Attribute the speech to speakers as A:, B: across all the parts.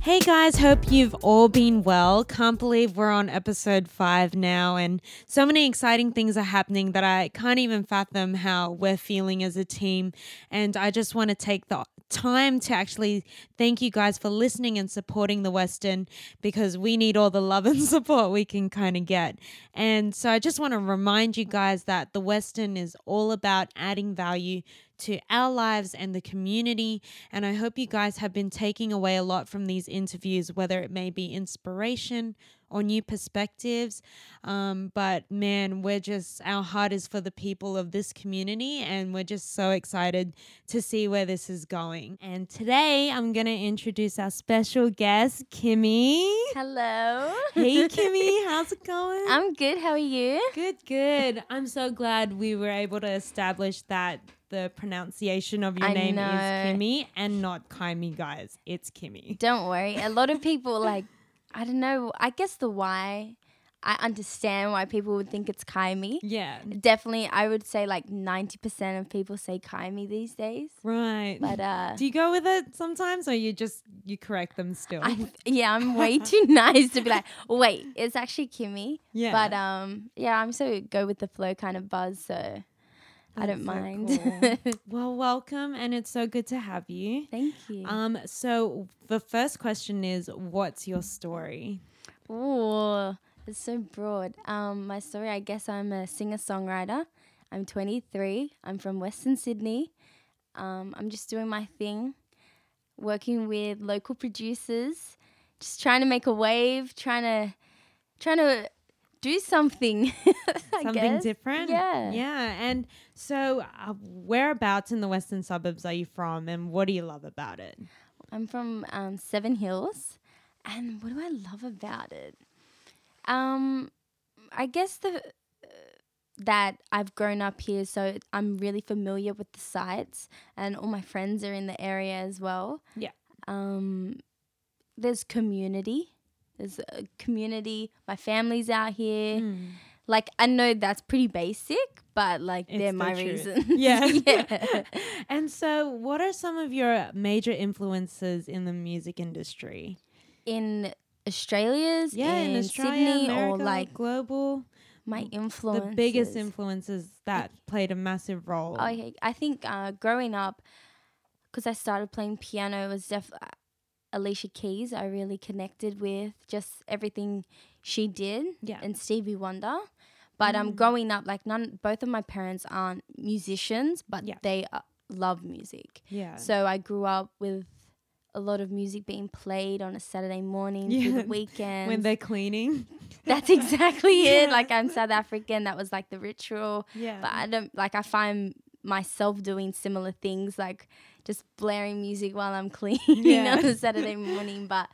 A: Hey guys, hope you've all been well. Can't believe we're on episode five now, and so many exciting things are happening that I can't even fathom how we're feeling as a team. And I just want to take the time to actually thank you guys for listening and supporting the Western because we need all the love and support we can kind of get. And so I just want to remind you guys that the Western is all about adding value to our lives and the community. And I hope you guys have been taking away a lot from these interviews, whether it may be inspiration or new perspectives. Um, but man, we're just, our heart is for the people of this community, and we're just so excited to see where this is going. And today I'm going to introduce our special guest, Kimmy.
B: Hello.
A: Hey, Kimmy, how's it going?
B: I'm good. How are you?
A: Good, good. I'm so glad we were able to establish that the pronunciation of your
B: I
A: name
B: know.
A: is Kimmy and not Kimmy, guys. It's Kimmy.
B: Don't worry. A lot of people like I don't know. I guess the why I understand why people would think it's Kaimi.
A: Yeah.
B: Definitely, I would say like 90% of people say Kaimi these days.
A: Right.
B: But uh
A: Do you go with it sometimes or you just you correct them still?
B: I, yeah, I'm way too nice to be like, wait, it's actually Kimmy.
A: yeah.
B: But um yeah, I'm so go with the flow kind of buzz, so I
A: That's
B: don't
A: so
B: mind.
A: cool. well, welcome and it's so good to have you.
B: Thank you.
A: Um so the first question is what's your story?
B: Ooh, it's so broad. Um, my story, I guess I'm a singer songwriter. I'm 23. I'm from Western Sydney. Um, I'm just doing my thing, working with local producers, just trying to make a wave, trying to, trying to do something. I
A: Something
B: guess.
A: different?
B: Yeah.
A: Yeah, and so uh, whereabouts in the western suburbs are you from and what do you love about it?
B: I'm from um, Seven Hills, and what do I love about it? Um, I guess the uh, that I've grown up here, so I'm really familiar with the sites, and all my friends are in the area as well.
A: Yeah.
B: Um, there's community. There's a community. My family's out here.
A: Mm.
B: Like I know that's pretty basic, but like they're
A: the
B: my
A: truth.
B: reasons.
A: Yeah.
B: yeah.
A: and so, what are some of your major influences in the music industry?
B: In Australia's, in, Sydney, or like
A: global,
B: my influence.
A: the biggest influences that played a massive role.
B: Okay, I think uh, growing up, because I started playing piano, was def- uh, Alicia Keys. I really connected with just everything she did,
A: Yeah. Mm.
B: and Stevie Wonder. But um, growing up, like none, both of my parents aren't musicians, but
A: Yeah.
B: they uh, love music.
A: yeah,
B: So I grew up with a lot of music being played on a Saturday morning
A: Yeah,
B: through
A: when
B: the weekend.
A: when they're cleaning,
B: That's exactly it.
A: Yeah.
B: Like I'm South African, that was like the ritual
A: yeah,
B: but I don't like I find myself doing similar things like just blaring music while I'm cleaning
A: Yeah.
B: on a Saturday morning but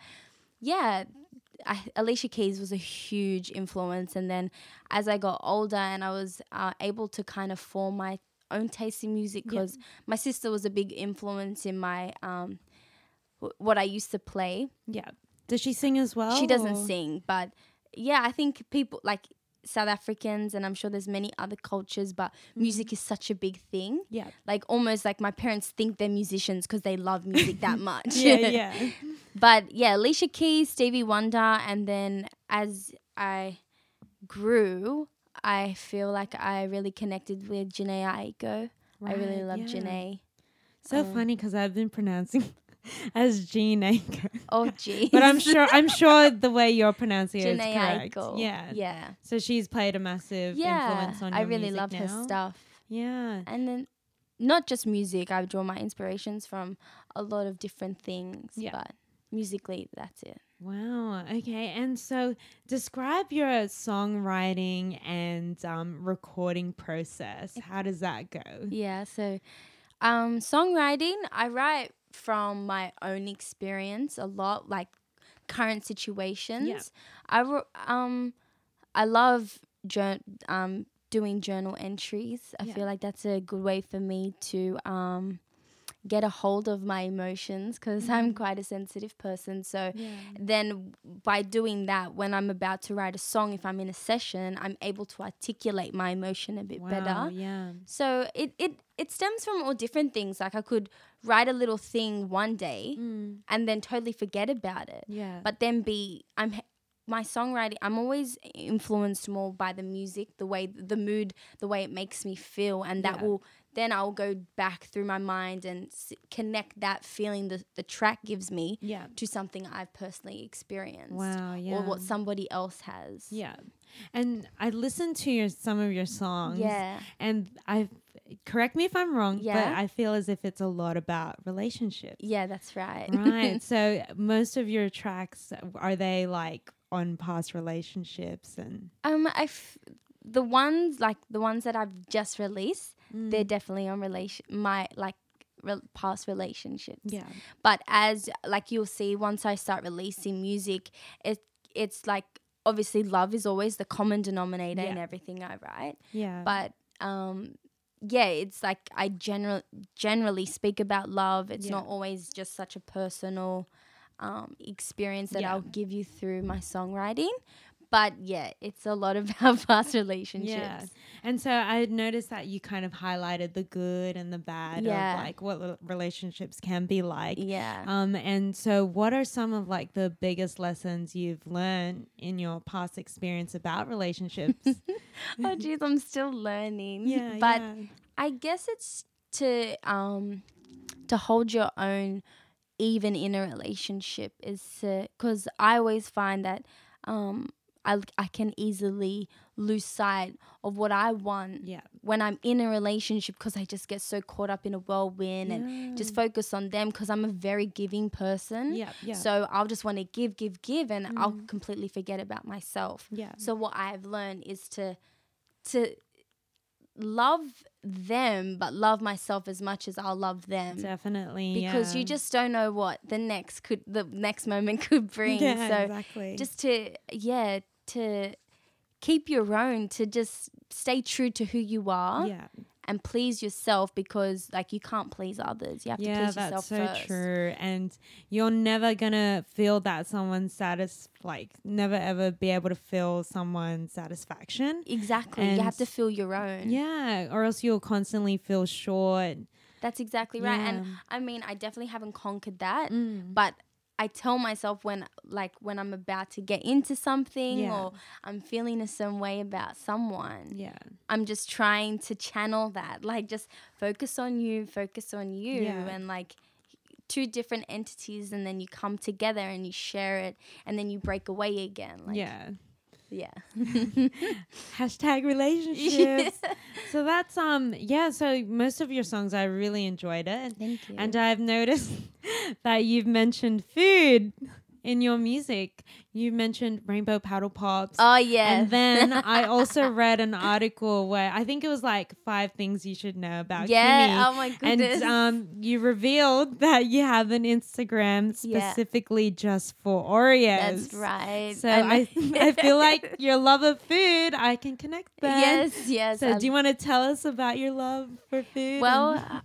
B: yeah I, Alicia Keys was a huge influence and then as I got older and I was uh, able to kind of form my own taste in music
A: Yeah.
B: because my sister was a big influence in my um w- what I used to play
A: yeah. Does she sing as well?
B: she
A: or-
B: doesn't sing but yeah i think people like south africans and i'm sure there's many other cultures but music is such a big thing
A: Mm-hmm. Yeah,
B: like almost like my parents think they're musicians because they love music that much
A: yeah, yeah.
B: but yeah alicia keys stevie wonder and then as i grew i feel like i really connected with janae aiko i really love
A: Right, yeah.
B: janae Um,
A: So funny funny because I've been pronouncing as Jean Anchor,
B: oh gee
A: but I'm sure I'm sure the way you're pronouncing it is
B: janae
A: correct.
B: aiko
A: Yeah,
B: yeah
A: So she's played a massive
B: yeah
A: influence on your
B: i really
A: music
B: love her
A: now.
B: stuff
A: Yeah.
B: and then not just music i draw my inspirations from a lot of different things
A: Yeah.
B: but musically that's it
A: Wow. Okay. And so describe your songwriting and um, recording process. How does that go?
B: yeah so um songwriting i write from my own experience a lot like current situations i wr- um i love jour- um doing journal entries i
A: Yeah.
B: feel like that's a good way for me to um get a hold of my emotions because
A: Mm-hmm.
B: i'm quite a sensitive person so
A: Yeah.
B: then by doing that when i'm about to write a song if i'm in a session i'm able to articulate my emotion a bit
A: Wow.
B: better
A: Yeah.
B: so it, it it stems from all different things like i could write a little thing one day
A: Mm.
B: and then totally forget about it.
A: Yeah.
B: But then be I'm h- my songwriting. I'm always influenced more by the music, the way the mood, the way it makes me feel, and that
A: Yeah.
B: will then I'll go back through my mind and s- connect that feeling the the track gives me
A: yeah.
B: to something I've personally experienced
A: Wow. Yeah.
B: or what somebody else has.
A: Yeah. And I listened to your some of your songs.
B: Yeah.
A: And I correct me if I'm wrong,
B: Yeah.
A: but I feel as if it's a lot about relationships.
B: Yeah, that's right.
A: Right. so most of your tracks are they like on past relationships and
B: um, I f- the ones like the ones that I've just released, they're
A: Mm.
B: definitely on relation my like rel past relationships.
A: yeah.
B: But as like you'll see, once I start releasing music, it it's like obviously love is always the common denominator in
A: Yeah.
B: everything I write.
A: Yeah.
B: But um, yeah, it's like I general generally speak about love. It's
A: Yeah.
B: not always just such a personal um, experience that
A: Yeah.
B: I'll give you through my songwriting. But yeah, it's a lot about past relationships.
A: yeah. And so I noticed that you kind of highlighted the good and the bad
B: Yeah.
A: of like what rel- relationships can be like.
B: Yeah.
A: Um, and so, what are some of like the biggest lessons you've learned in your past experience about relationships?
B: oh, geez, I'm still learning.
A: yeah,
B: but
A: yeah.
B: I guess it's to um to hold your own even in a relationship is because I always find that um I I can easily lose sight of what I want
A: yeah,
B: when I'm in a relationship because I just get so caught up in a whirlwind and just focus on them because I'm a very giving person.
A: yeah, yeah, Mm-hmm.
B: So I'll just want to give, give, give, and I'll completely forget about myself.
A: yeah,
B: So what I've learned is to to love them, but love myself as much as I'll love them.
A: definitely.
B: um, Because
A: yeah.
B: you just don't know what the next could the next moment could bring.
A: yeah,
B: so
A: exactly.
B: just to yeah, to keep your own, to just stay true to who you are
A: yeah,
B: and please yourself because like you can't please others. You have to
A: yeah,
B: please yourself
A: that's so
B: first.
A: true. And you're never gonna feel that someone's satis like never ever be able to feel someone's satisfaction.
B: Exactly.
A: And-
B: you have to feel your own.
A: Yeah, or else you'll constantly feel short.
B: That's exactly right. And
A: Yeah.
B: I mean, I definitely haven't conquered that.
A: Mm.
B: but I tell myself when like when I'm about to get into something
A: Yeah.
B: or I'm feeling a certain way about someone,
A: Yeah,
B: I'm just trying to channel that. Like just focus on you, focus on you
A: Yeah.
B: and like two different entities and then you come together and you share it and then you break away again. Like
A: yeah.
B: Yeah.
A: hashtag relationships so that's um yeah so most of your songs i really enjoyed it
B: Thank you.
A: and i've noticed that you've mentioned food in your music you mentioned rainbow paddle pops
B: oh yeah.
A: and then i also read an article where i think it was like five things you should know about Kimi.
B: Yeah, oh my goodness.
A: and um, you revealed that you have an Instagram
B: Yeah.
A: specifically just for Oreos.
B: That's right.
A: So
B: And-
A: I, I feel like your love of food, I can connect that.
B: Yes, yes.
A: So
B: I
A: do you want to tell us about your love for food?
B: Well,
A: and-
B: I,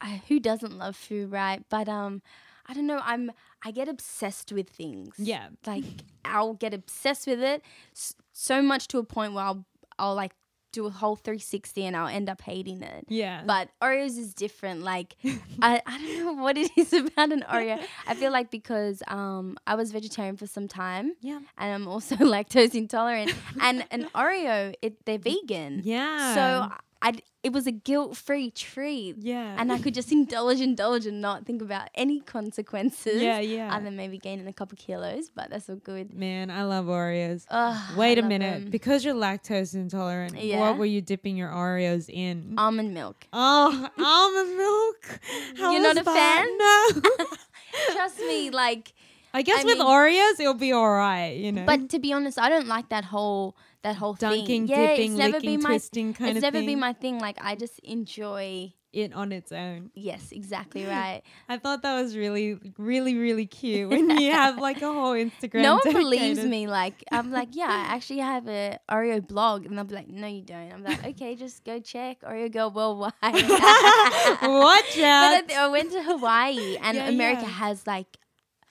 B: I- who doesn't love food, right? But um, I don't know. I'm I get obsessed with things.
A: yeah,
B: Like I'll get obsessed with it s- so much to a point where I'll I'll like do a whole 360 and I'll end up hating it.
A: yeah,
B: But Oreos is different. Like I, I don't know what it is about an Oreo. I feel like because um I was vegetarian for some time
A: yeah,
B: and I'm also lactose intolerant and an Oreo it they're vegan.
A: yeah.
B: So I, it was a guilt-free treat,
A: yeah,
B: and I could just indulge, indulge, and not think about any consequences.
A: yeah, yeah.
B: Other than maybe gaining a couple kilos, but that's all good.
A: Man, I love Oreos.
B: Ugh,
A: Wait
B: a
A: a minute, because you're lactose intolerant.
B: Yeah. Um,
A: What were you dipping your Oreos in?
B: Almond milk.
A: oh, almond milk. How
B: You're not
A: is
B: a
A: that? No.
B: Trust me, like.
A: I guess
B: I
A: with
B: mean-
A: Oreos it'll be all right, you know.
B: But to be honest, I don't like that whole that whole
A: dunking,
B: thing. Yeah,
A: dipping,
B: it's never
A: licking,
B: been my.
A: twisting kind
B: It's
A: of
B: never
A: thing.
B: been my thing. Like I just enjoy.
A: it on its own.
B: Yes, exactly right.
A: I thought that was really, really, really cute when you have like a whole Instagram.
B: no one believes
A: dedicated-
B: me. Like I'm like, yeah, I actually have a Oreo blog, and they'll be like, no, you don't. I'm like, okay, just go check Oreo Girl Worldwide.
A: Watch
B: But I,
A: out!
B: th- I went to Hawaii, and
A: Yeah,
B: America
A: yeah.
B: has like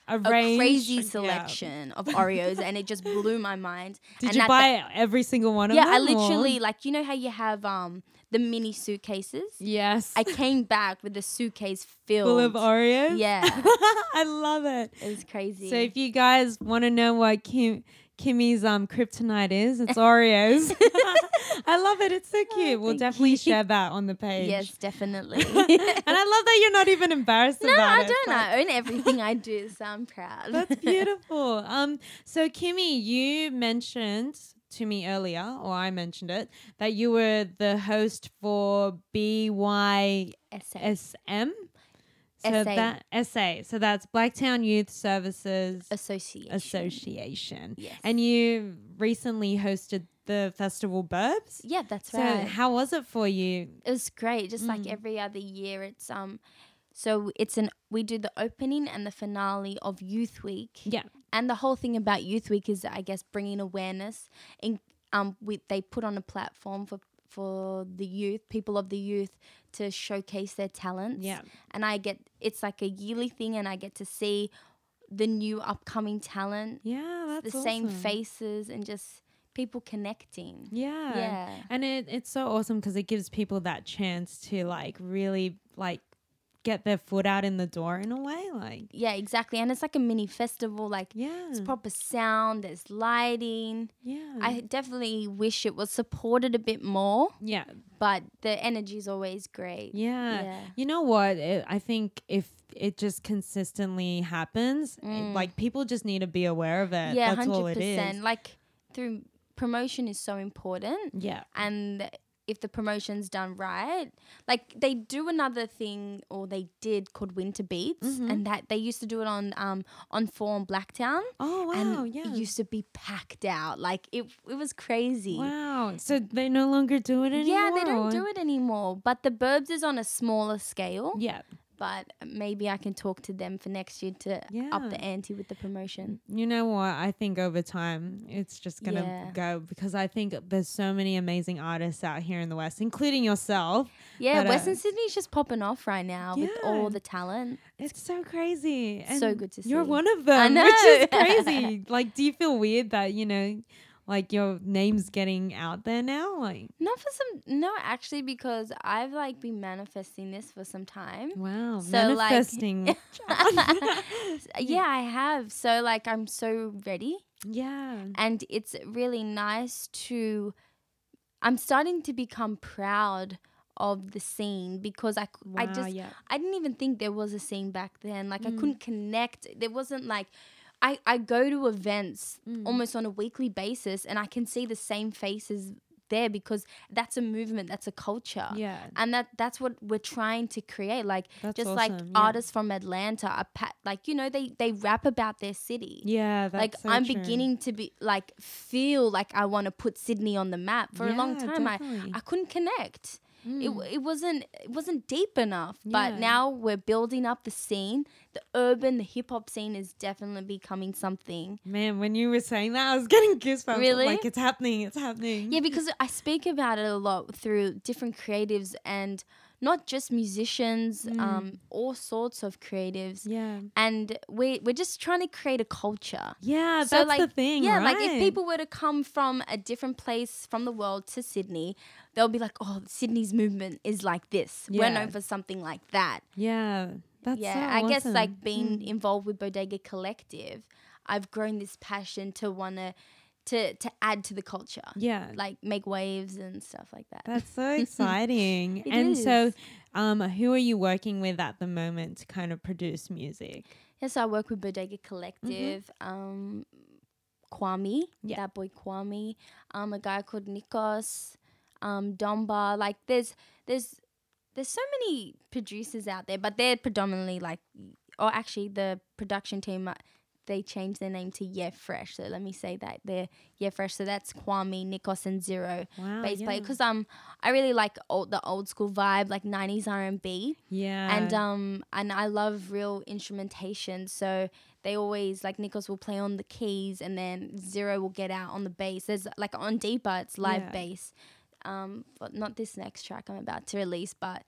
A: A,
B: a
A: range, yeah.
B: crazy selection of Oreos, and it just blew my mind.
A: Did
B: and
A: you
B: at
A: buy every single one
B: The,
A: of
B: yeah,
A: them?
B: I
A: or-
B: literally like you know how you have um the mini suitcases.
A: Yes.
B: I came back with a suitcase filled.
A: Full of Oreos.
B: Yeah.
A: I love it.
B: it was crazy.
A: So if you guys want to know what Kim Kimmy's um kryptonite is, it's Oreos. I love it. It's so cute. We'll
B: Oh, thank
A: definitely
B: you.
A: share that on the page.
B: yes, definitely.
A: and I love that you're not even embarrassed
B: No,
A: about
B: I
A: it.
B: don't.
A: Like,
B: I own everything I do, so I'm proud.
A: That's beautiful. Um, so Kimmy, you mentioned to me earlier, or I mentioned it, that you were the host for BYSM.
B: Essay.
A: So
B: SA.
A: that essay. So that's Blacktown Youth Services
B: Association.
A: Association.
B: Yes.
A: And you recently hosted the festival Burbs.
B: yeah, that's
A: So
B: right.
A: how was it for you?
B: it was great. Just like
A: Mm.
B: every other year, it's um, so it's an we do the opening and the finale of Youth Week.
A: Yeah.
B: And the whole thing about Youth Week is, I guess, bringing awareness. In um, we, they put on a platform for for the youth, people of the youth, to showcase their talents.
A: Yeah.
B: And I get it's like a yearly thing, and I get to see the new upcoming talent,
A: Yeah, that's
B: the same
A: awesome.
B: faces, and just people connecting.
A: Yeah.
B: Yeah.
A: And it, it's so awesome because it gives people that chance to like really like get their foot out in the door in a way. Like,
B: Yeah, exactly. And it's like a mini festival, like
A: yeah.
B: It's proper sound, there's lighting.
A: yeah.
B: I definitely wish it was supported a bit more,
A: yeah.
B: but the energy is always great.
A: Yeah.
B: Yeah.
A: You know what? It, I think if it just consistently happens, it-
B: Mm.
A: like people just need to be aware of it.
B: Yeah,
A: That's all it is.
B: Like through promotion is so important
A: Yeah.
B: and if the promotion's done right, like they do another thing or they did called Winter Beats
A: Mhm.
B: and that they used to do it on um on Form Blacktown
A: Oh, wow.
B: and
A: yeah.
B: it used to be packed out. Like it it was crazy.
A: Wow. So they no longer do it anymore?
B: Yeah, they don't do it anymore. But the Burbs is on a smaller scale.
A: Yeah.
B: But maybe I can talk to them for next year to
A: Yeah.
B: up the ante with the promotion.
A: You know what? I think over time it's just going to
B: Yeah.
A: go because I think there's so many amazing artists out here in the West, including yourself.
B: Yeah,
A: But, uh,
B: Western Sydney's just popping off right now with
A: Yeah.
B: all the talent.
A: It's so crazy.
B: So good to
A: You're
B: see.
A: one of them, which
B: know.
A: is crazy. like, do you feel weird that, you know, like your name's getting out there now? Like,
B: Not for some no, actually because I've like been manifesting this for some time.
A: wow.
B: So, like-
A: manifesting.
B: yeah, I have. So like I'm so ready
A: yeah.
B: and it's really nice to I'm starting to become proud of the scene because I c- I
A: Wow,
B: just
A: yeah.
B: I didn't even think there was a scene back then. Like I
A: Mm.
B: couldn't connect. There wasn't like I, I go to events
A: Mm.
B: almost on a weekly basis and I can see the same faces there because that's a movement, that's a culture.
A: Yeah.
B: And that that's what we're trying to create. Like
A: That's
B: just like
A: awesome, yeah.
B: artists from Atlanta are pat like, you know, they, they rap about their city.
A: Yeah. That's
B: Like
A: so
B: I'm
A: true.
B: beginning to be like feel like I want to put Sydney on the map. For a long
A: Yeah,
B: time,
A: definitely. Hmm.
B: I I couldn't connect.
A: Mm.
B: It, it wasn't it wasn't deep enough.
A: Yeah.
B: But now we're building up the scene. The urban, the hip hop scene is definitely becoming something.
A: Man, when you were saying that, I was getting goosebumps.
B: Really?
A: Like it's happening, it's happening.
B: Yeah, because I speak about it a lot through different creatives and not just musicians,
A: Mm.
B: um, all sorts of creatives.
A: Yeah.
B: And we we're just trying to create a culture.
A: Yeah,
B: So,
A: that's
B: like,
A: the thing.
B: Yeah, like
A: right?
B: if people were to come from a different place from the world to Sydney, they'll be like, "Oh, Sydney's movement is like this. We're
A: Yeah.
B: known for something like that."
A: Yeah. That's
B: yeah,
A: so
B: I guess
A: awesome. Mm.
B: like being involved with Bodega Collective, I've grown this passion to wanna to to add to the culture,
A: Yeah.
B: like make waves and stuff like that.
A: That's so exciting.
B: It
A: and so
B: is.
A: um who are you working with at the moment to kind of produce music?
B: Yes, I work with Bodega
A: Mm-hmm.
B: Collective. Um, Kwame,
A: Yeah.
B: that boy Kwame. Um, a guy called Nikos, um, Domba. Like there's there's there's so many producers out there, but they're predominantly like, or actually the production team. uh, They changed their name to Yeah Fresh, so let me say that they're Yeah Fresh. So that's Kwame, Nikos, and Zero
A: Wow.
B: bass
A: Oh, yeah.
B: player. Cause um, I really like old the old school vibe, like '90s R&B
A: yeah.
B: and um and I love real instrumentation. So they always like Nikos will play on the keys and then Zero will get out on the bass. There's like on deeper it's live
A: Yeah.
B: bass. Um but not this next track I'm about to release, but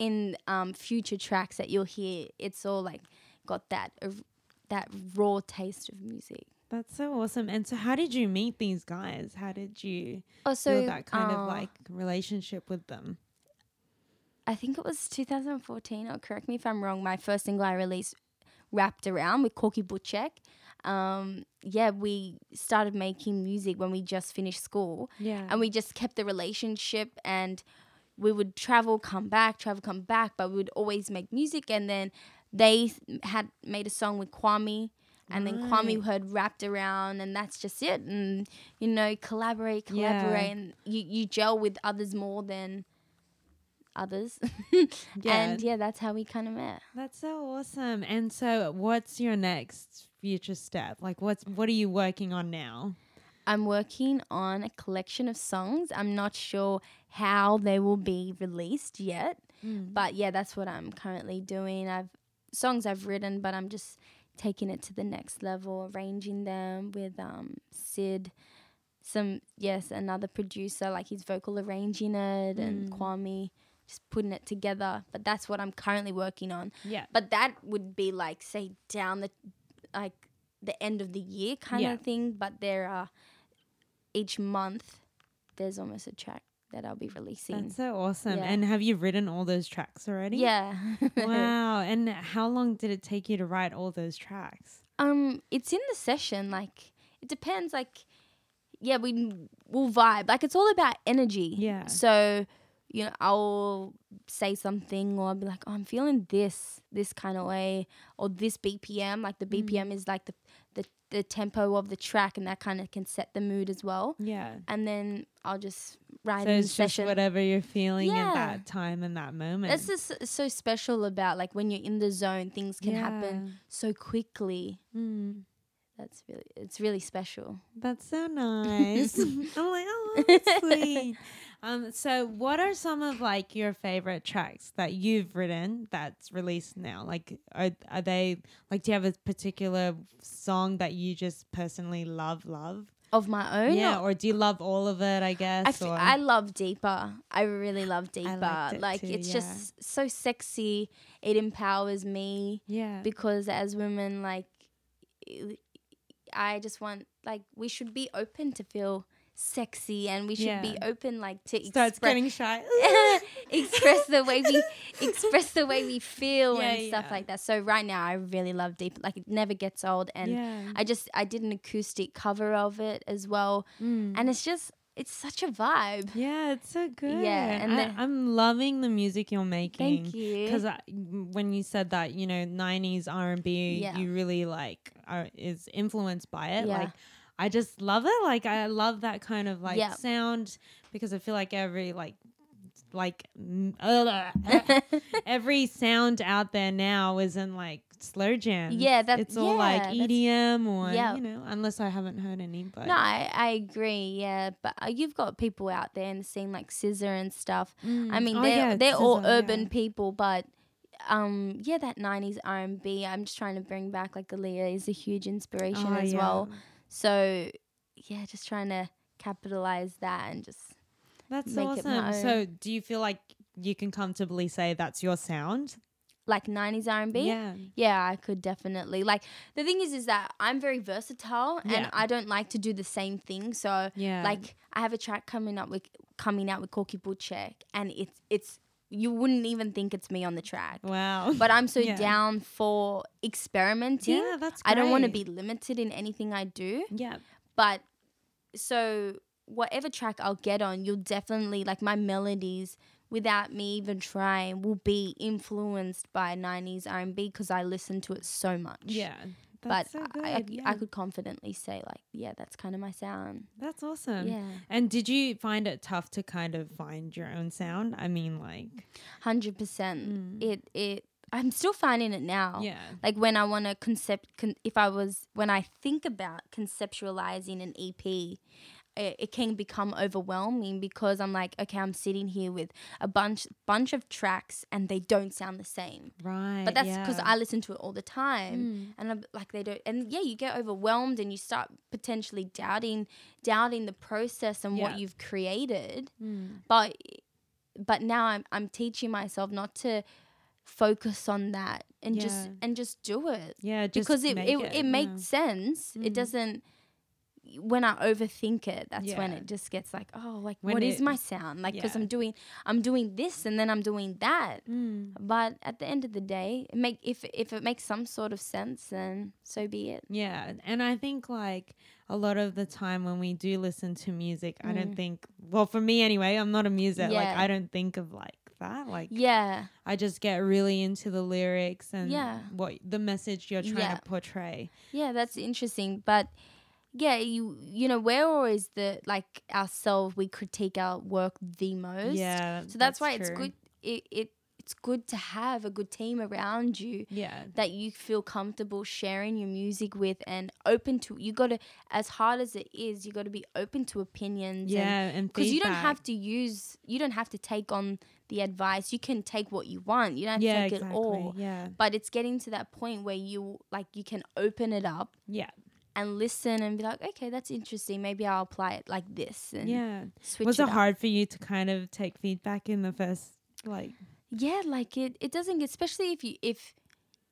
B: in um future tracks that you'll hear, it's all like got that uh, that raw taste of music.
A: That's so awesome. And so, how did you meet these guys? How did you
B: Also,
A: build that kind
B: uh,
A: of like relationship with them?
B: I think it was 2014. Or oh, correct me if I'm wrong. My first single I released, wrapped around with Corky Butchek. Um, yeah, we started making music when we just finished school,
A: Yeah. um,
B: and we just kept the relationship. And we would travel, come back, travel, come back, but we would always make music. And then they had made a song with Kwame. And then Kwame heard wrapped around, and that's just it. And you know, collaborate,
A: Yeah.
B: collaborate, and you, you gel with others more than others. And yeah, that's how we kind of met.
A: That's so awesome. And so, what's your next future step? Like, what's what are you working on now?
B: I'm working on a collection of songs. I'm not sure how they will be released yet, but yeah, that's what I'm currently doing. I've songs I've written, but I'm just taking it to the next level, arranging them with um Sid some yes, another producer like his vocal arranging it and
A: Mm.
B: Kwame just putting it together. But that's what I'm currently working on.
A: Yeah.
B: but that would be like say down the like the end of the year kind
A: Yeah.
B: of thing but there are each month there's almost a track that i'll be releasing
A: That's so awesome.
B: Yeah.
A: And have you written all those tracks already?
B: yeah
A: Wow. And how long did it take you to write all those tracks?
B: um it's in the session like it depends like yeah we will vibe like it's all about energy
A: Yeah.
B: so you know i'll say something or i'll be like oh, i'm feeling this this kind of way or this bpm like
A: Mm.
B: the bpm is like the, the the tempo of the track and that kind of can set the mood as well
A: Yeah.
B: and then i'll just write
A: So
B: in
A: it's just
B: session
A: whatever you're feeling
B: Yeah.
A: at that time and that moment.
B: that's just s- so special about like when you're in the zone things can happen so quially
A: Mm.
B: that's really it's really special
A: That's so nice. I'm like, oh, that's sweet. Um, so what are some of like your favorite tracks that you've written that's released now? Like, are, are they like, do you have a particular song that you just personally love, love?
B: of my own or-
A: Yeah. Or do you love all of it? I guess.
B: I, f-
A: or-
B: I love deeper. I really love deeper.
A: liked it
B: like
A: too,
B: it's
A: yeah.
B: just so sexy. It empowers me
A: yeah.
B: because as women, like i- I just want like we should be open to feel sexy and we should
A: Yeah.
B: be open like to
A: Starts
B: express
A: getting shy.
B: express the way we express the way we feel
A: Yeah,
B: and stuff
A: yeah.
B: like that. So right now, I really love deep. Like it never gets old, and
A: Yeah.
B: I just I did an acoustic cover of it as well, and it's just it's such a vibe.
A: Mm. Yeah, it's so good.
B: and
A: I,
B: the-
A: I'm loving the music you're making.
B: Thank you.
A: Because when you said that, you know, '90s R&B,
B: Yeah.
A: you really like are, is influenced by it.
B: Yeah.
A: Like, I just love it. Like, I love that kind of like
B: Yeah.
A: sound because I feel like every like like mm, uh, every sound out there now isn't like slow jam.
B: Yeah, that-
A: it's all like
B: yeah, that's-
A: EDM or
B: Yeah.
A: you know, unless I haven't heard any. But
B: No, I, I agree. Yeah, but uh, you've got people out there in the scene like Scissor and stuff. I
A: Mm.
B: mean,
A: Oh,
B: they're
A: yeah,
B: they're all
A: Scissor, yeah.
B: urban people, but um, yeah, that '90s R&B. I'm just trying to bring back like Aaliyah is a huge inspiration
A: Oh,
B: as
A: yeah.
B: well. So yeah, just trying to capitalize that and just
A: That's
B: make it
A: awesome.
B: my
A: So, do you feel like you can comfortably say that's your sound?
B: like '90s R&B.
A: Yeah.
B: Yeah, I could definitely. Like the thing is is that I'm very versatile and
A: Yeah.
B: I don't like to do the same thing. So
A: Yeah.
B: like I have a track coming up with coming out with Corky Butchek and it's it's you wouldn't even think it's me on the track.
A: Wow.
B: But I'm so
A: Yeah.
B: down for experimenting.
A: Yeah, that's
B: I don't want to be
A: great.
B: limited in anything I do.
A: yeah.
B: But so whatever track I'll get on, you'll definitely like my melodies without me even trying will be influenced by 90s R&B because I listen to it so much.
A: Yeah.
B: But
A: That's so good.
B: I, I,
A: yeah.
B: I could confidently say like, yeah, that's kind of my sound.
A: that's awesome.
B: yeah.
A: And did you find it tough to kind of find your own sound? I mean, like,
B: 100%.
A: Mm.
B: It it I'm still finding it now.
A: yeah.
B: Like when I want to concept con- if I was when I think about conceptualizing an EP, it, it can become overwhelming because I'm like, okay, I'm sitting here with a bunch bunch of tracks and they don't sound the same.
A: Right.
B: But that's because
A: yeah. Mm.
B: I listen to it all the time, and I'm like they don't. And yeah, you get overwhelmed, and you start potentially doubting, doubting the process and
A: Yeah.
B: what you've created.
A: Mm.
B: But, but now I'm I'm teaching myself not to focus on that and just
A: Yeah.
B: and just do it
A: Yeah, just
B: because it
A: make
B: it, it, makes sense.
A: Mhm.
B: It doesn't. When I overthink it, that's when
A: Yeah.
B: it just gets like, oh, like
A: When
B: what
A: it-
B: is my sound? Like because
A: yeah.
B: I'm doing I'm doing this and then I'm doing that.
A: yeah. Mm.
B: But at the end of the day, it make if if it makes some sort of sense, then so be it.
A: Yeah, and I think like a lot of the time when we do listen to music, I don't think well for me anyway, I'm not a music like
B: Mm. Yeah.
A: I don't think of like that. Like
B: Yeah,
A: I just get really into the lyrics and
B: Yeah.
A: what the message you're trying
B: Yeah.
A: to portray.
B: yeah, that's interesting. But yeah, you you know we're always the like ourselves. We critique our work the most.
A: Yeah.
B: So that's, why it's
A: true.
B: good. It, it it's good to have a good team around you
A: Yeah.
B: that you feel comfortable sharing your music with and open to you got to as hard as it is you got to be open to opinions
A: Yeah, and
B: because you don't
A: feedback.
B: have to use you don't have to take on the advice you can take what you want you don't have
A: yeah,
B: to take
A: exactly.
B: it all
A: Yeah.
B: but it's getting to that point where you like you can open it up
A: Yeah.
B: and listen and be like okay that's interesting maybe i'll apply it like this and
A: Yeah.
B: switch
A: Was
B: it
A: it
B: up.
A: hard for you to kind of take feedback in the first like
B: yeah like it it doesn't get especially if you if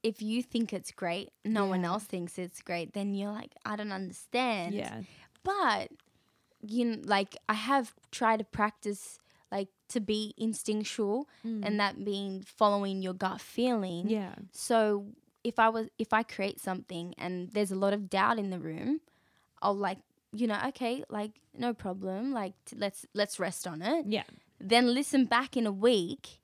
B: if you think it's great no one
A: Yeah.
B: else thinks it's great then you're like i don't understand
A: yeah.
B: but you know, like I have tried to practice like to be instinctual
A: Mm.
B: and that being following your gut feeling.
A: Yeah.
B: So if I was if I create something and there's a lot of doubt in the room, I'll like you know okay like no problem like t- let's let's rest on it.
A: Yeah.
B: Then listen back in a week,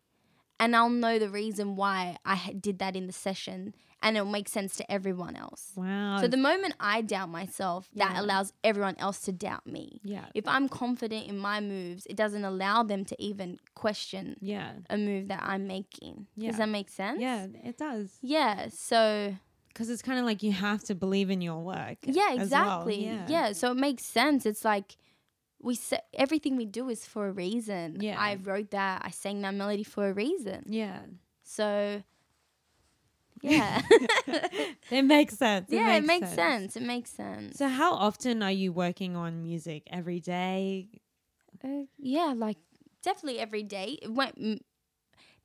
B: and I'll know the reason why I ha- did that in the session, and it'll make sense to everyone else.
A: Wow.
B: So the moment I doubt myself,
A: Yeah.
B: that allows everyone else to doubt me.
A: yeah.
B: If I'm confident in my moves, it doesn't allow them to even question
A: Yeah.
B: a move that I'm making.
A: Yeah.
B: Does that make sense?
A: Yeah, it does.
B: Yeah. So
A: because it's kind of like you have to believe in your work.
B: yeah,
A: as well.
B: exactly. yeah. So it makes sense. It's like we sa- everything we do is for a reason.
A: Yeah.
B: I wrote that. I sang that melody for a reason.
A: yeah,
B: So yeah,
A: It makes sense.
B: yeah. It makes sense. It makes sense.
A: So, how often are you working on music every day?
B: Uh, yeah, like definitely every day. It won't. m-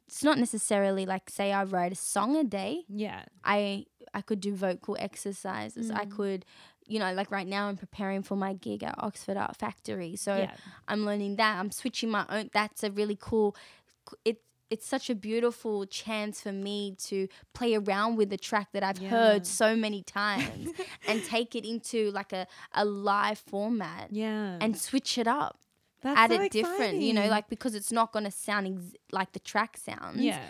B: It's not necessarily like say I write a song a day.
A: Yeah,
B: I I could do vocal exercises.
A: Mm.
B: I could, you know, like right now I'm preparing for my gig at Oxford Art Factory. So
A: yeah,
B: I'm learning that. I'm switching my own. That's a really cool. It it's such a beautiful chance for me to play around with a track that I've
A: Yeah.
B: heard so many times and take it into like a a live format
A: yeah,
B: and switch it up
A: That's
B: at
A: so
B: it different, you know,
A: exciting.
B: like mm. because it's not going to sound ex- like the track sounds,
A: yeah,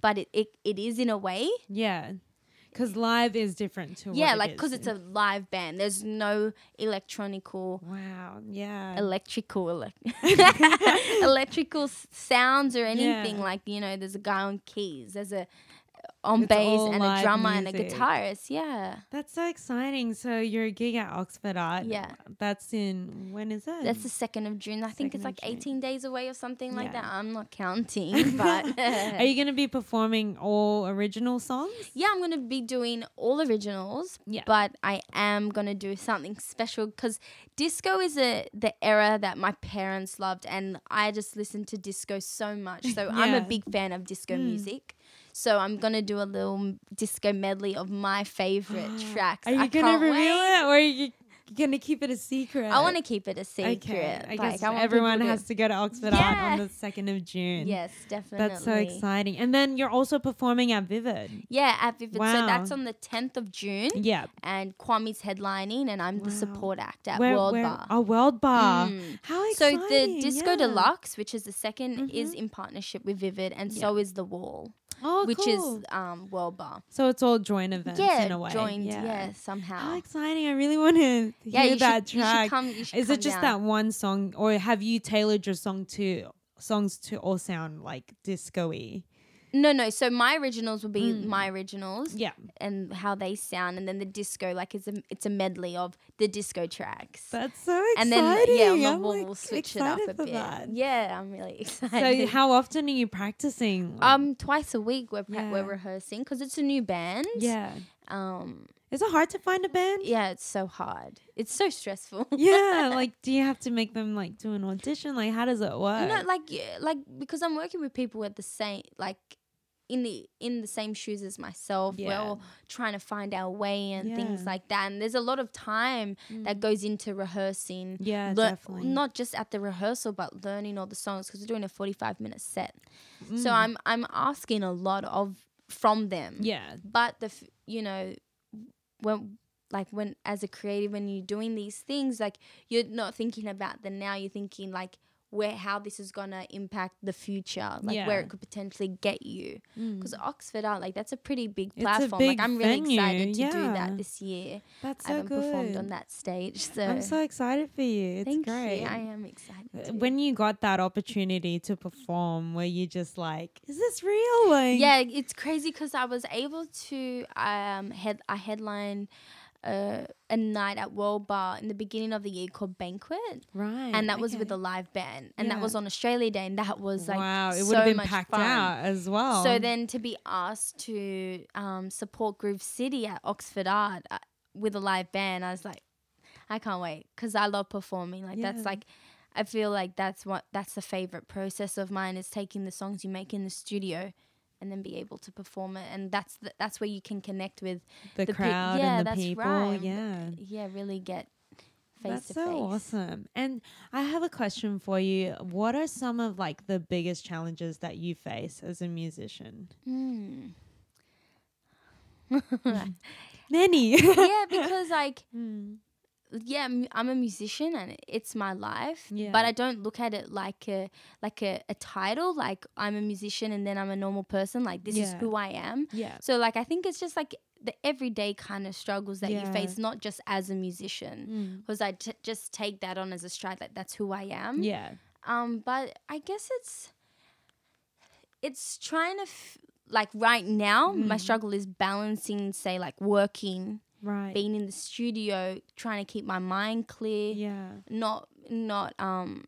B: but it, it, it is in a way.
A: yeah, because live is different to
B: yeah,
A: what
B: like
A: it
B: because
A: is.
B: it's a live band, there's no electronical,
A: wow, yeah,
B: electrical, elec electrical s- sounds or anything.
A: Yeah.
B: Like, you know, there's a guy on keys, there's a on
A: It's
B: bass
A: all
B: and a
A: live
B: drummer and a
A: music.
B: guitarist. Yeah.
A: that's so exciting. So you're a gig at Oxford Art.
B: Yeah.
A: that's in when is it?
B: That's the 2nd of June. I think it's
A: Hmm. Second
B: like
A: of June.
B: 18 days away or something like
A: Yeah.
B: that. I'm not counting, but.
A: are you going to be performing all original songs?
B: Yeah, I'm gonna be doing all originals.
A: Yeah.
B: But I am gonna do something special because disco is a the era that my parents loved, and I just listened to disco so much. So I'm
A: Yeah. Hmm.
B: a big fan of disco music. So I'm gonna do a little m- disco medley of my favorite tracks.
A: Are you
B: I
A: gonna
B: can't
A: reveal
B: wait.
A: it, or are you gonna keep it a secret?
B: I want to keep it a secret.
A: Okay, I
B: Like,
A: guess
B: I want
A: everyone
B: people to-
A: has to go to Oxford Art on
B: Yeah.
A: the second of June.
B: Yes, definitely.
A: that's so exciting. And then you're also performing at Vivid.
B: Yeah, at Vivid. So
A: Wow.
B: that's on the 10th of June.
A: Yeah,
B: and Kwame's headlining, and I'm
A: Wow.
B: the support act at
A: Where-
B: World
A: where-
B: Bar.
A: Oh, World Bar.
B: Mm.
A: How
B: So
A: exciting!
B: the Disco
A: yeah. Mm-hmm.
B: Deluxe, which is the 2nd is in partnership with Vivid, and so is the Wall,
A: oh,
B: which
A: cool.
B: is um, World Bar.
A: so it's all joint events
B: yeah,
A: in a way.
B: joined. Yeah,
A: yeah. How
B: somehow.
A: exciting! I really want to
B: Yeah,
A: hear
B: you
A: that
B: should, You
A: track.
B: should come. You should
A: is
B: come
A: it just
B: down.
A: that one song, or have you tailored your song to songs to all sound like disco-y?
B: No, no. So my originals will be
A: Hmm.
B: my originals
A: Yeah,
B: and how they sound, and then the disco, like it's a it's a medley of the disco tracks.
A: that's so exciting.
B: and then yeah, on the
A: I'm,
B: wall
A: like,
B: we'll switch it up
A: excited
B: a
A: for
B: bit.
A: that.
B: Yeah, I'm really excited.
A: So how often are you practicing? Like,
B: Um, twice a week we're pra- we're
A: Yeah.
B: rehearsing because it's a new band.
A: yeah.
B: Um.
A: Is it hard to find a band?
B: Yeah, it's so hard. It's so stressful.
A: Yeah, like do you have to make them like do an audition? Like how does it work?
B: no, like yeah, like because I'm working with people at the same like in the in the same shoes as myself.
A: Yeah.
B: We're all trying to find our way and things
A: Yeah. Mm.
B: like that. And there's a lot of time that goes into rehearsing.
A: Yeah,
B: lear-
A: definitely.
B: Not just at the rehearsal, but learning all the songs because we're doing a 45 minute set. So
A: Mm.
B: I'm I'm asking a lot of from them.
A: yeah,
B: But the f- you know when like when as a creative when you're doing these things like you're not thinking about the now you're thinking like where how this is gonna impact the future like
A: Yeah. Mm.
B: where it could potentially get you because Oxford Art like that's a pretty big
A: a
B: platform
A: big
B: like I'm really excited to
A: venue,
B: do
A: yeah.
B: that this year
A: that's
B: I
A: so
B: haven't performed on
A: good.
B: that stage so,
A: I'm so excited for you. It's
B: thank
A: great.
B: you I am excited
A: Uh,
B: too.
A: when you got that opportunity to perform, were you just like, "Is this real?" Like,
B: yeah it's crazy because i was able to um head i headlined uh, a night at world bar in the beginning of the year called banquet
A: right.
B: and that was with
A: okay.
B: a live band and
A: Yeah.
B: that was on australia day and that was like
A: wow, it would
B: so
A: have been
B: much
A: packed
B: fun.
A: out as well.
B: so then to be asked to um, support groove city at oxford art uh, with a live band i was like i can't wait because i love performing like
A: Yeah.
B: that's like i feel like that's what that's the favorite process of mine is taking the songs you make in the studio and then be able to perform it and that's the, that's where you can connect with
A: the,
B: the pe-
A: crowd
B: yeah,
A: and the
B: that's
A: people,
B: right.
A: yeah.
B: yeah really get face
A: That's
B: to
A: so
B: face
A: awesome. And I have a question for you. What are some of like the biggest challenges that you face as a musician?
B: Hmm.
A: Many.
B: yeah because like
A: Mm.
B: yeah, mu- I'm a musician and it's my life.
A: Yeah.
B: But I don't look at it like a like a, a title. Like I'm a musician and then I'm a normal person. Like this is
A: Yeah.
B: who I am.
A: Yeah.
B: So like I think it's just like the everyday kind of struggles that
A: Yeah.
B: you face, not just as a musician.
A: Mm.
B: Because I t- just take that on as a stride. Like that's who I am.
A: Yeah.
B: Um, but I guess it's it's trying to f- like right now
A: Mm-hmm.
B: my struggle is balancing say like working
A: Right.
B: being in the studio trying to keep my mind clear
A: yeah.
B: not not um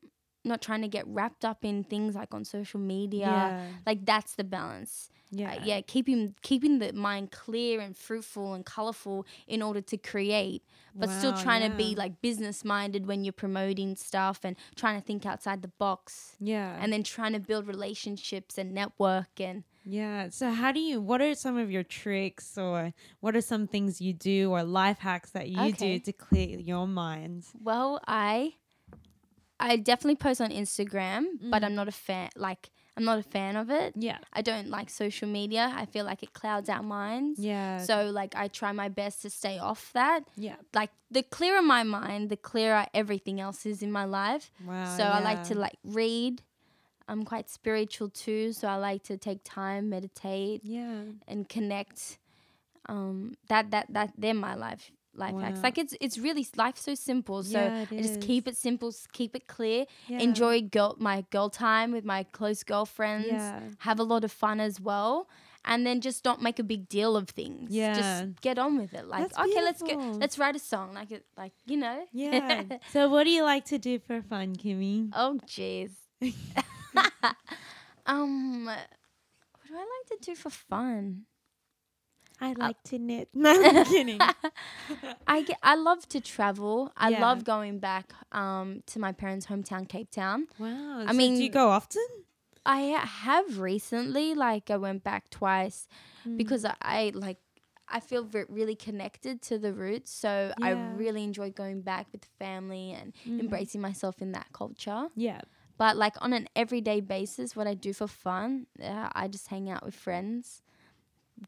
B: not trying to get wrapped up in things like on social media
A: Yeah.
B: like that's the balance
A: Yeah.
B: yeah. Uh, yeah keeping keeping the mind clear and fruitful and colorful in order to create but still
A: Wow,
B: trying to be
A: yeah.
B: like business minded when you're promoting stuff and trying to think outside the box
A: Yeah.
B: and then trying to build relationships and network and
A: yeah. So how do you what are some of your tricks or what are some things you do or life hacks that you do
B: Okay.
A: to clear your mind?
B: Well, I I definitely post on Instagram, but I'm not a fan like I'm not a fan of it.
A: Yeah.
B: I don't like social media. I feel like it clouds our minds.
A: Yeah.
B: So like I try my best to stay off that.
A: yeah.
B: Like the clearer my mind, the clearer everything else is in my life.
A: Wow.
B: so I like to
A: Oh, yeah.
B: like read. I'm quite spiritual too, so I like to take time, meditate
A: Yeah.
B: and connect. Um, that that that they're my life life
A: Wow.
B: hacks. Like it's it's really life's so simple. So
A: Yeah, it
B: I just keep
A: is.
B: it simple, s- keep it clear.
A: Yeah.
B: Enjoy girl my girl time with my close girlfriends.
A: Yeah.
B: Have a lot of fun as well, and then just don't make a big deal of things.
A: Yeah.
B: just get on with it. Like
A: That's
B: okay, let's go.
A: beautiful.
B: Let's write a song. Like it, like you know.
A: Yeah. so what do you like to do for fun, Kimmy?
B: Oh jeez. um, what do I like to do for fun?
A: I like to knit. No, I'm kidding.
B: I get, I love to travel. I
A: Yeah.
B: love going back um, to my parents' hometown, Cape Town.
A: Wow.
B: I
A: so do you
B: mean-
A: go often?
B: I have recently, like, I went back twice
A: Mm.
B: because I, I like. I feel ve- really connected to the roots, so I
A: Yeah. Mm-hmm.
B: really enjoy going back with family and embracing myself in that culture.
A: Mm, Yeah.
B: But like on an everyday basis, what I do for fun, uh, I just hang out with friends,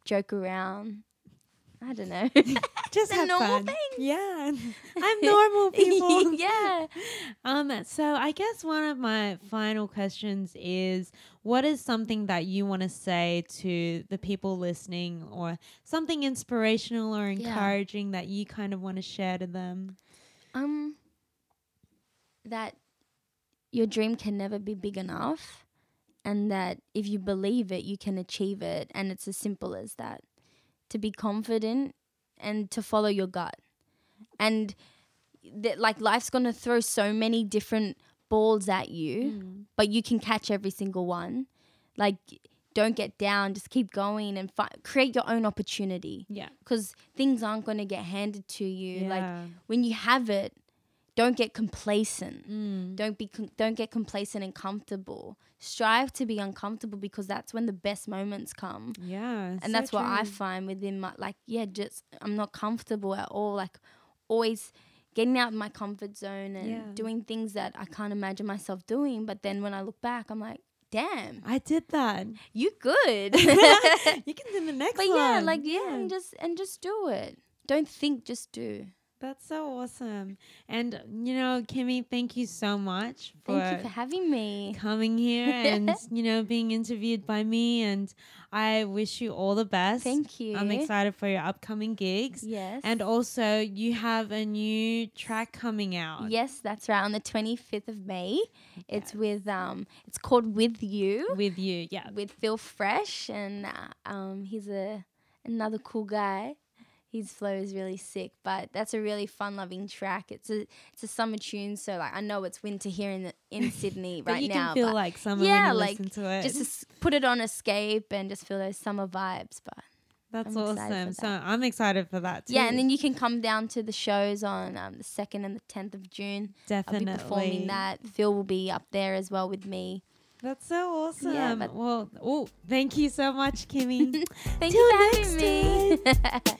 B: joke around. I don't know.
A: Just
B: The
A: have
B: normal
A: fun.
B: things.
A: Yeah. I'm normal people.
B: yeah.
A: Um so I guess one of my final questions is what is something that you want to say to the people listening or something inspirational or
B: Yeah.
A: encouraging that you kind of want to share to them?
B: Um, that your dream can never be big enough, and that if you believe it, you can achieve it, and it's as simple as that. To be confident and to follow your gut, and that like life's gonna throw so many different balls at you,
A: Mm.
B: but you can catch every single one. Like, don't get down. Just keep going and fi- create your own opportunity
A: Yeah.
B: because things aren't gonna get handed to you. Like
A: Yeah.
B: when you have it, don't get complacent. Don't be con- don't get complacent and comfortable. Strive to be uncomfortable because that's when the best moments come.
A: Yeah.
B: and
A: so
B: that's what I
A: true.
B: find within my like yeah, just I'm not comfortable at all. Like always getting out of my comfort zone and
A: Yeah.
B: doing things that I can't imagine myself doing. But then when I look back, I'm like, damn,
A: I did that.
B: you good.
A: you can do the next
B: but
A: one.
B: yeah, like yeah, and just and just do it. Don't think, just do.
A: That's so awesome. And, you know, Kimmy, thank you so much for,
B: Thank you for having me.
A: coming here and, you know, being interviewed by me. And I wish you all the best.
B: Thank you.
A: I'm excited for your upcoming gigs.
B: Yes.
A: And also, you have a new track coming out.
B: yes, that's right. On the 25th of May, it's with um, it's called With You
A: With you. Yeah.
B: with Phil Fresh, and uh, um, he's a another cool guy. His flow is really sick, but that's a really fun-loving track. It's a it's a summer tune, so like I know it's winter here in the, in Sydney
A: But
B: right
A: you
B: now.
A: can feel
B: but
A: like summer
B: yeah,
A: when you
B: like,
A: listen to it.
B: just to s- put it on escape and just feel those summer vibes. But
A: That's
B: I'm excited for
A: awesome.
B: that.
A: So I'm excited for that too.
B: yeah, and then you can come down to the shows on um, the second and the tenth of June.
A: definitely
B: I'll be performing that. Phil will be up there as well with me.
A: That's so awesome.
B: Yeah, but-
A: well, oh, thank you so much, Kimmy.
B: Thank
A: Till
B: you for
A: next
B: having me.